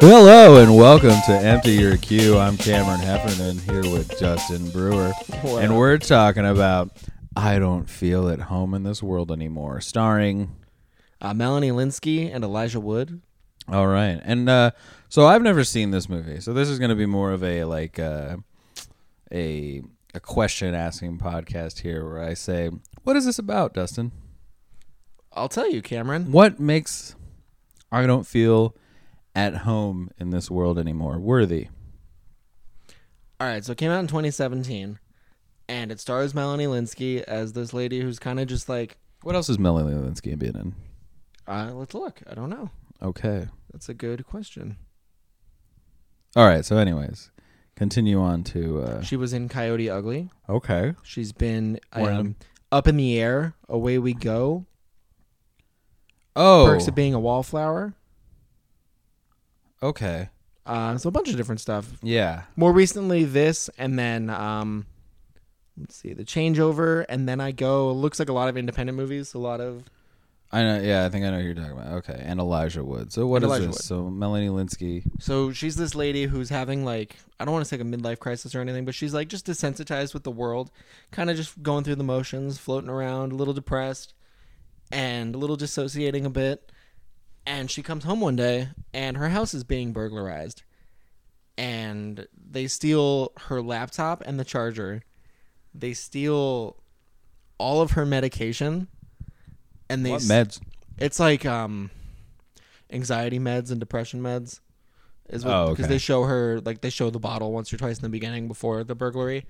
Hello and welcome to Empty Your Queue. I'm Cameron Heffernan here with Justin Brewer. And we're talking about I Don't Feel at Home in This World Anymore, starring. Uh, Melanie Linsky and Elijah Wood. All right. And uh, so I've never seen this movie. So this is going to be more of a like uh, a a question asking podcast here where I say, "What is this about, Dustin? I'll tell you, Cameron. What makes I don't feel at home in this world anymore worthy?" All right, so it came out in 2017, and it stars Melanie Linsky as this lady who's kind of just like, What else is Melanie Linsky been in? uh, let's look. I don't know. Okay. That's a good question. All right. So, anyways, continue on to. Uh, She was in Coyote Ugly. okay. She's been Random. um, up in the air, away we go. Oh. Perks of being a wallflower. okay. Uh, so a bunch of different stuff. Yeah. More recently, this, and then um, let's see, the changeover, and then I go. Looks like a lot of independent movies. A lot of I know. Yeah, I think I know who you're talking about. Okay, and Elijah Wood. So what And is Elijah this? Wood. So Melanie Linsky. So she's this lady who's having like I don't want to say like a midlife crisis or anything, but she's like just desensitized with the world, kind of just going through the motions, floating around, a little depressed, and a little dissociating a bit. And she comes home one day, and her house is being burglarized, and they steal her laptop and the charger. They steal all of her medication, and they What s- meds? it's like um, anxiety meds and depression meds. Is what, Oh, okay. because they show her like they show the bottle once or twice in the beginning before the burglary,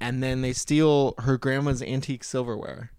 and then they steal her grandma's antique silverware.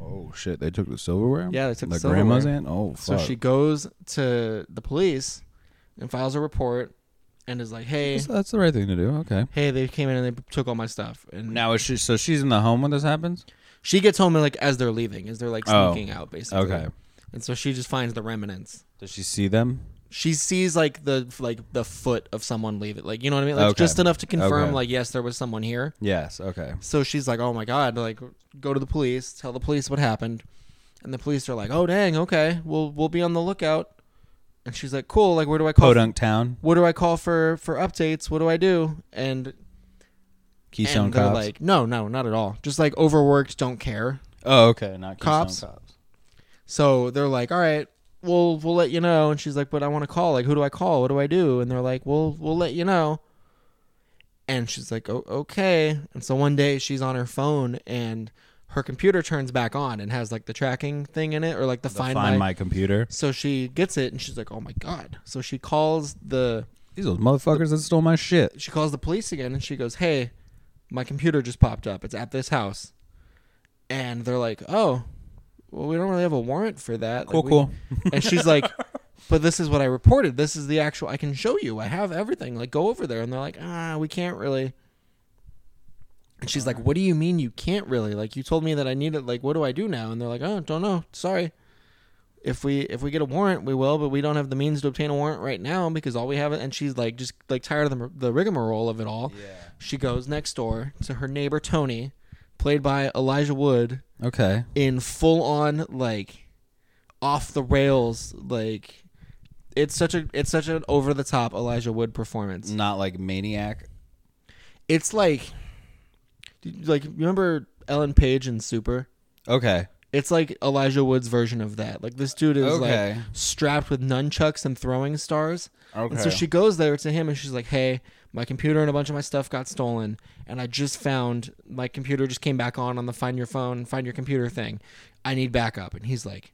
Oh shit! They took the silverware. Yeah, they took the like grandma's aunt. silverware. Oh So fuck. she goes to the police and files a report, and is like, "Hey, So that's the right thing to do. Okay. hey, they came in and they took all my stuff." And Now is she? So she's in the home when this happens. she gets home and like as they're leaving, as they're like Oh. sneaking out, basically. Okay. And so she just finds the remnants. Does she see them? she sees like the like the foot of someone leave it like you know what i mean like Okay. just enough to confirm Okay. like yes there was someone here Yes. Okay. so she's like oh my god like go to the police tell the police what happened and the police are like oh dang okay we'll we'll be on the lookout and she's like cool like where do i call Podunk Town. what do i call for for updates what do i do and Keystone and they're Cops. like no no not at all just like overworked don't care oh, okay. Not Keystone Cops. cops. So they're like, "All right, we'll we'll let you know." And she's like, "But I want to call. Like, who do I call? What do I do?" And they're like, "We'll we'll let you know." And she's like, "Oh, okay." And so one day she's on her phone and her computer turns back on and has like the tracking thing in it or like the, find, Find my. my computer. So she gets it and she's like, "Oh my god!" So she calls the These are those motherfuckers that stole my shit. she calls the police again and she goes, "Hey, my computer just popped up. It's at this house." And they're like, "Oh, well, we don't really have a warrant for that." Like, Cool, we- cool. and she's like, "But this is what I reported. This is the actual. I can show you. I have everything. Like, go over there." And they're like, "Ah, we can't really." And she's like, "What do you mean you can't really? Like, you told me that I need it. Like, what do I do now?" And they're like, "Oh, don't know. Sorry. If we if we get a warrant, we will, but we don't have the means to obtain a warrant right now because all we have." And she's like, just like tired of the the rigmarole of it all. She goes next door to her neighbor Tony, played by Elijah Wood, Okay. in full on like off the rails like it's such a it's such an over the top Elijah Wood performance. Not like maniac. It's like like you remember Ellen Page in Super? Okay. It's like Elijah Wood's version of that. Like this dude is Okay. like strapped with nunchucks and throwing stars. Okay. And so she goes there to him and she's like, "Hey, my computer and a bunch of my stuff got stolen, and I just found my computer just came back on on the find your phone, find your computer thing. I need backup." And he's like,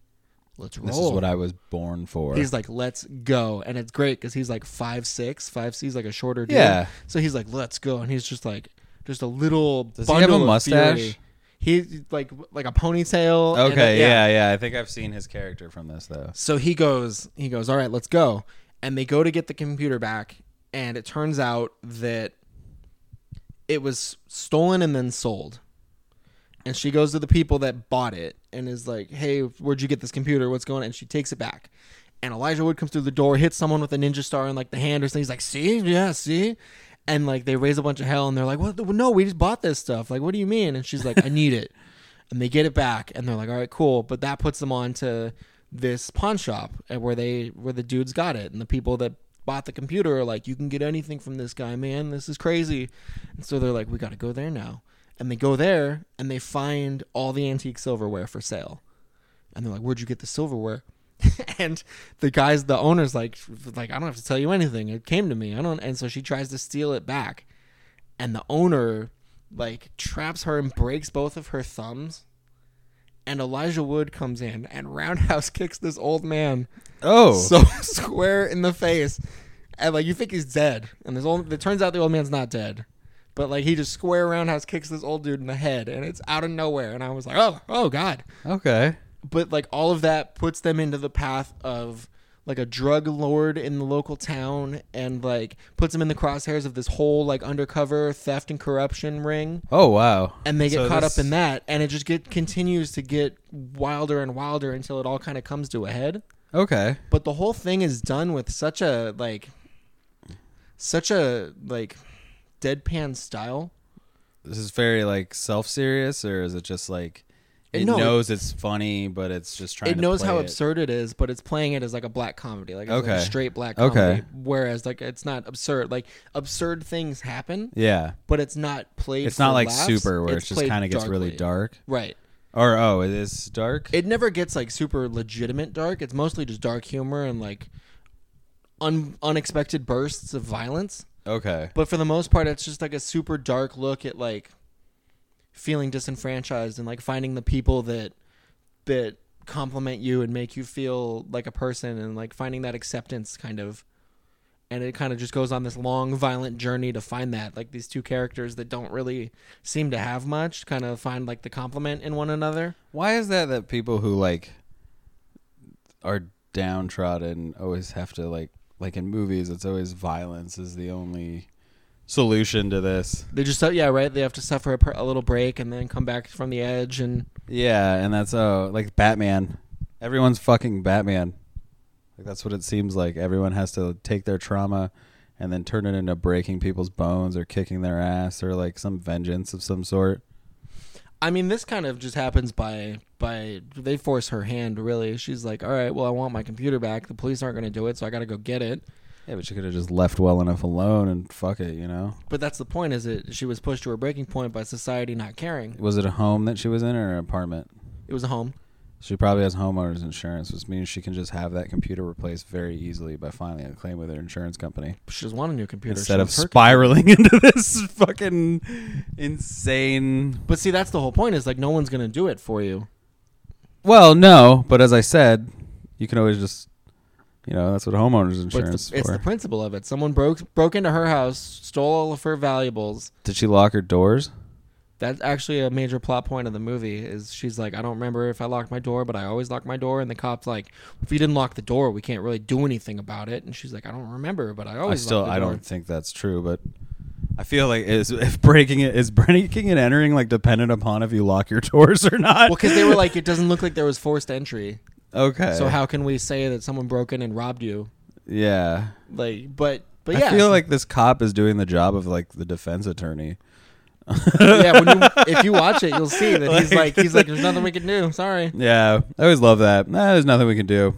"Let's roll." This is what I was born for. Oh. He's like, "Let's go," and it's great because he's like five six, five. He's like a shorter dude. Yeah. So he's like, "Let's go," and he's just like, just a little. Does he have a mustache? He's like like a ponytail. and a- Okay, yeah. yeah, I think I've seen his character from this though. So he goes, he goes, all right, let's go. And they go to get the computer back, and it turns out that it was stolen and then sold. And she goes to the people that bought it and is like, hey, where'd you get this computer? What's going on? And she takes it back. And Elijah Wood comes through the door, hits someone with a ninja star in like the hand or something. He's like, see? Yeah, see? And like they raise a bunch of hell and they're like, what? the- No, we just bought this stuff. Like, what do you mean? And she's like, I need it and they get it back and they're like all right cool but that puts them on to this pawn shop and where they where the dudes got it and the people that bought the computer are like you can get anything from this guy man this is crazy and so they're like we got to go there now and they go there and they find all the antique silverware for sale and they're like where'd you get the silverware and the guys the owner's like like i don't have to tell you anything it came to me i don't and so she tries to steal it back and the owner like traps her and breaks both of her thumbs and Elijah Wood comes in and roundhouse kicks this old man Oh, so square in the face, and like you think he's dead, and this old it turns out the old man's not dead, but like he just square roundhouse kicks this old dude in the head, and it's out of nowhere, and I was like, oh, oh god, okay. but like all of that puts them into the path of like a drug lord in the local town, and like puts them in the crosshairs of this whole like undercover theft and corruption ring Oh wow. and they get So caught this- up in that and it just get continues to get wilder and wilder until it all kind of comes to a head Okay. but the whole thing is done with such a like such a like deadpan style This is very like self-serious, or is it just like it No. knows it's funny, but it's just trying. it to knows play how it. absurd it is but it's playing it as like a black comedy like, it's like Okay. a straight black Okay. comedy whereas like it's not absurd like absurd things happen Yeah, but it's not played it's not for like laughs. super where it just played kind of gets really darkly. dark. right Or oh, it is dark. it never gets like super legitimate dark. It's mostly just dark humor and like un- unexpected bursts of violence. okay. But for the most part, it's just like a super dark look at like feeling disenfranchised and like finding the people that that compliment you and make you feel like a person and like finding that acceptance kind of and it kind of just goes on this long violent journey to find that like these two characters that don't really seem to have much kind of find like the compliment in one another Why is that that people who like are downtrodden always have to like like in movies it's always violence is the only solution to this. They just uh, yeah right. They have to suffer a, per- a little break and then come back from the edge and Yeah, and that's oh like Batman. Everyone's fucking Batman. Like that's what it seems like. Everyone has to take their trauma and then turn it into breaking people's bones or kicking their ass or like some vengeance of some sort. I mean this kind of just happens by by they force her hand really. She's like, all right, well I want my computer back. The police aren't going to do it, so I got to go get it. Yeah, but you could have just left well enough alone and fuck it, you know. But that's the point is it she was pushed to her breaking point by society not caring. Was it a home that she was in or an apartment? It was a home. She probably has homeowners insurance, which means she can just have that computer replaced very easily by filing a claim with her insurance company She doesn't want a new computer. instead She of wants her spiraling into this fucking insane. But see, that's the whole point is like no one's going to do it for you. Well, no, but as I said, you can always just, you know, that's what homeowners But insurance it's is the, it's for. the principle of it. Someone broke broke into her house, stole all of her valuables. Did she lock her doors? That's actually a major plot point of the movie is she's like, I don't remember if I locked my door, but I always lock my door. And the cop's like, if you didn't lock the door, we can't really do anything about it. And she's like, I don't remember, but I I always still, lock the I door. don't think that's true, but I feel like is if breaking it is breaking and entering like dependent upon if you lock your doors or not. Well, because they were like, it doesn't look like there was forced entry. okay, So how can we say that someone broke in and robbed you? yeah. Like, but but yeah, I feel like this cop is doing the job of like the defense attorney. yeah. When you, if you watch it, you'll see that he's like, he's like, there's nothing we can do. Sorry. Yeah, I always love that. Nah, there's nothing we can do.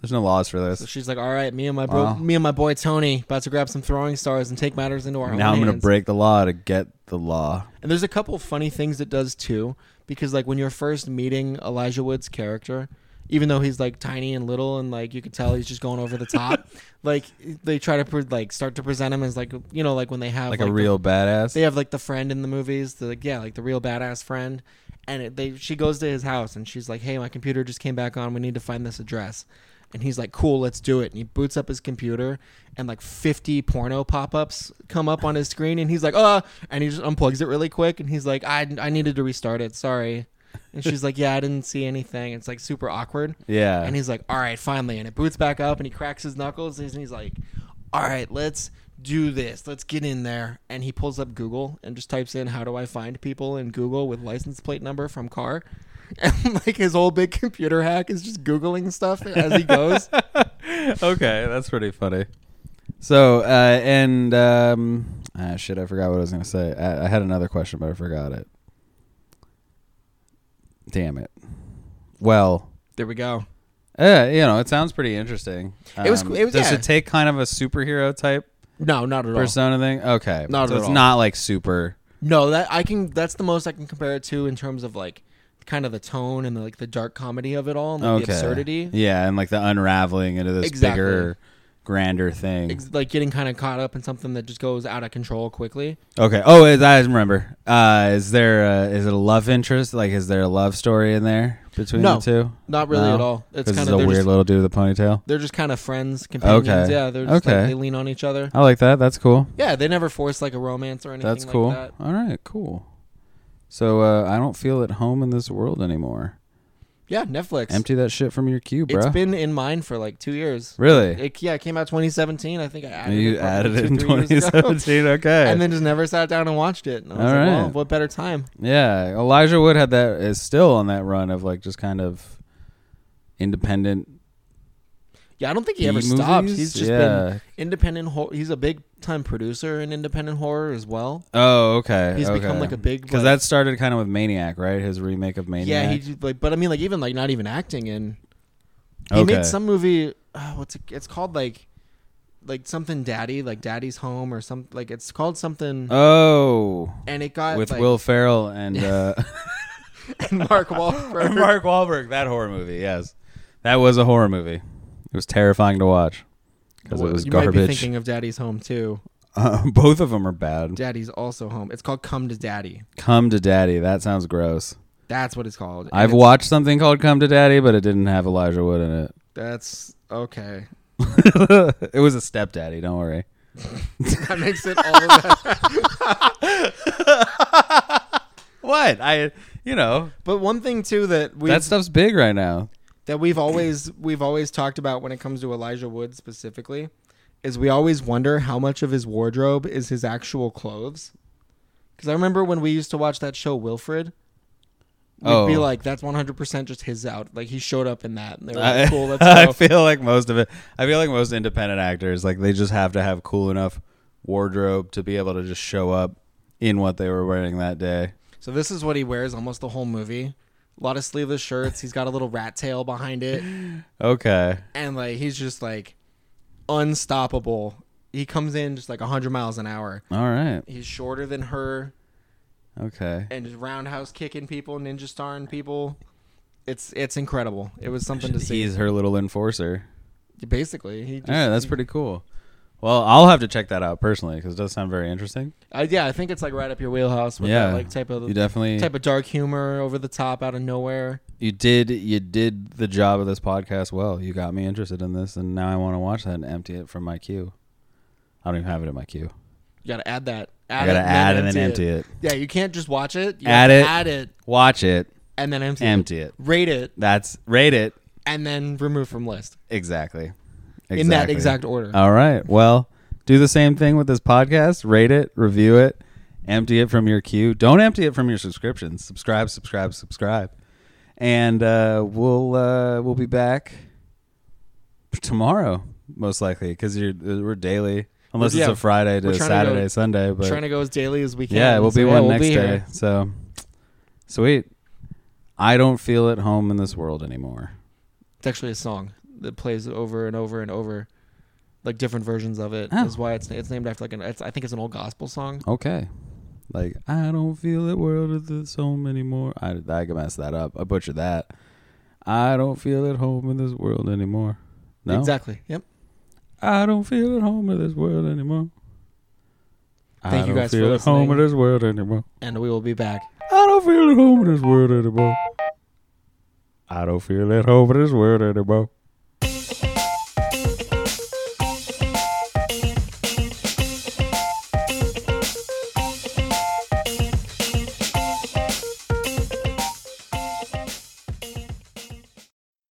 There's no laws for So this. she's like, all right, me and my bro, Wow. me and my boy Tony about to grab some throwing stars and take matters into our own Now I'm gonna hands." break the law to get the law. And there's a couple of funny things it does too, because like when you're first meeting Elijah Wood's character, even though he's like tiny and little and like you could tell he's just going over the top, like they try to pre- like start to present him as like you know like when they have Like, like, a the- real badass. they have like the friend in the movies, the like, yeah like the real badass friend, and it, they she goes to his house and she's like, hey, my computer just came back on, we need to find this address. And he's like, "Cool, let's do it." And he boots up his computer, and like 50 porno pop-ups come up on his screen, and he's like, "Uh," and he just unplugs it really quick, and he's like, "I I needed to restart it, sorry." And she's like, "Yeah, I didn't see anything." It's like super awkward, yeah. and he's like, "All right, finally." And it boots back up, and he cracks his knuckles, and he's like, "All right, let's do this. Let's get in there." And he pulls up Google and just types in, "How do I find people?" in Google with license plate number from car. And like his whole big computer hack is just googling stuff as he goes. okay, that's pretty funny. So, uh, and um, ah, shit, I forgot what I was gonna say. I, I had another question, but I forgot it. Damn it. Well, There we go. Yeah, you know, it sounds pretty interesting. Um, It was- it was- Does yeah. it take kind of a superhero type No, not at all. persona thing? Okay, Not so at it's all. not like super. No, that I can. That's the most I can compare it to in terms of like kind of the tone and the, like the dark comedy of it all and like, Okay. the absurdity. Yeah, and like the unraveling into this Exactly. bigger, grander thing. Ex- like getting kind of caught up in something that just goes out of control quickly. okay. Oh, is- I remember. Uh, is there a, is it a love interest? Like, is there a love story in there between No, the two? Not really No? at all. It's Because kind it's of a they're weird just, little dude with a ponytail. they're just kind of friends, companions. Okay. Yeah, they're just Okay. like they lean on each other. I like that. That's cool. Yeah, they never force like a romance or anything. That's like cool. That. All right, cool. So uh, I don't feel at home in this world anymore. Yeah, Netflix. Empty that shit from your queue, bro. It's been in mine for like two years. really? It, yeah, it came out 2017. I think I added you it probably added two, it in three years ago. 2017. Okay. and then just never sat down and watched it. And I was All like, well, right. what better time? yeah, Elijah Wood had that is still on that run of like just kind of independent. Yeah, I don't think he ever B-movies? stops. He's just yeah. been independent horror. He's a big time producer in independent horror as well. Oh, okay. He's become like a big because like- that started kind of with Maniac, right? His remake of Maniac. Yeah, he just, like, but I mean, like even like not even acting in. He Okay. made some movie. Uh, what's it, it's called like, like something Daddy, like Daddy's Home or some like it's called something, oh, and it got Uh, with like, Will Ferrell and uh, Mark Wahlberg. Mark Wahlberg. That horror movie, yes, that was a horror movie. It was terrifying to watch because it was you might be garbage. thinking of Daddy's Home too. Uh, both of them are bad. Daddy's also home. It's called Come to Daddy. Come to Daddy. That sounds gross. That's what it's called. And I've it's- watched something called Come to Daddy, but it didn't have Elijah Wood in it. That's okay. it was a stepdaddy. Don't worry. That makes it all of that. What I, you know, But one thing too that we that stuff's big right now. that we've always we've always talked about when it comes to Elijah Wood specifically is we always wonder how much of his wardrobe is his actual clothes. Because I remember when we used to watch that show Wilfred, we'd Oh. be like, "That's 100 percent just his out." Like he showed up in that, and they were I, like, "Cool, let's I go." feel like most of it. I feel like most independent actors, like they just have to have cool enough wardrobe to be able to just show up in what they were wearing that day. so this is what he wears almost the whole movie. A lot of sleeveless shirts. He's got a little rat tail behind it. Okay. and like he's just like unstoppable. He comes in just like 100 miles an hour. All right. He's shorter than her Okay. and just roundhouse kicking people, ninja starring people. It's it's incredible. It was something to see. He's her little enforcer. Basically, he just, All right, that's pretty cool. Well, I'll have to check that out personally because it does sound very interesting. I, yeah, I think it's like right up your wheelhouse with Yeah, that like type You of definitely type of dark humor over the top out of nowhere. you did you did the job of this podcast well. You got me interested in this, and now I want to watch that and empty it from my queue. I don't even have it in my queue. You gotta add that. I Add gotta it add and then empty it. Yeah, you can't just watch it. You Add have it. to Add it Watch it, and then empty. it. empty it. Rate it That's rate it and then remove from list exactly. Uh, in that exact order. All right. Well, do the same thing with this podcast. Rate it, review it, empty it from your queue. Don't empty it from your subscriptions. Subscribe, subscribe, subscribe. And uh, we'll uh, we'll be back tomorrow, most likely, because you're uh, we're daily, unless it's Yeah, a Friday we're to trying to Saturday, go- Sunday. But trying to go as daily as we can. yeah, we'll So, be one we'll next be day. here. So sweet. I don't feel at home in this world anymore. It's actually a song that plays over and over and over, like different versions of it. Oh. Is why it's it's named after like an it's, I think it's an old gospel song. Okay. Like I don't feel the world at this home anymore. I I can mess that up. I butchered that. I don't feel at home in this world anymore. No. Exactly. Yep. I don't feel at home in this world anymore. Thank I you don't guys for feel at home in listening. this world anymore. And we will be back. I don't feel at home in this world anymore. I don't feel at home in this world anymore.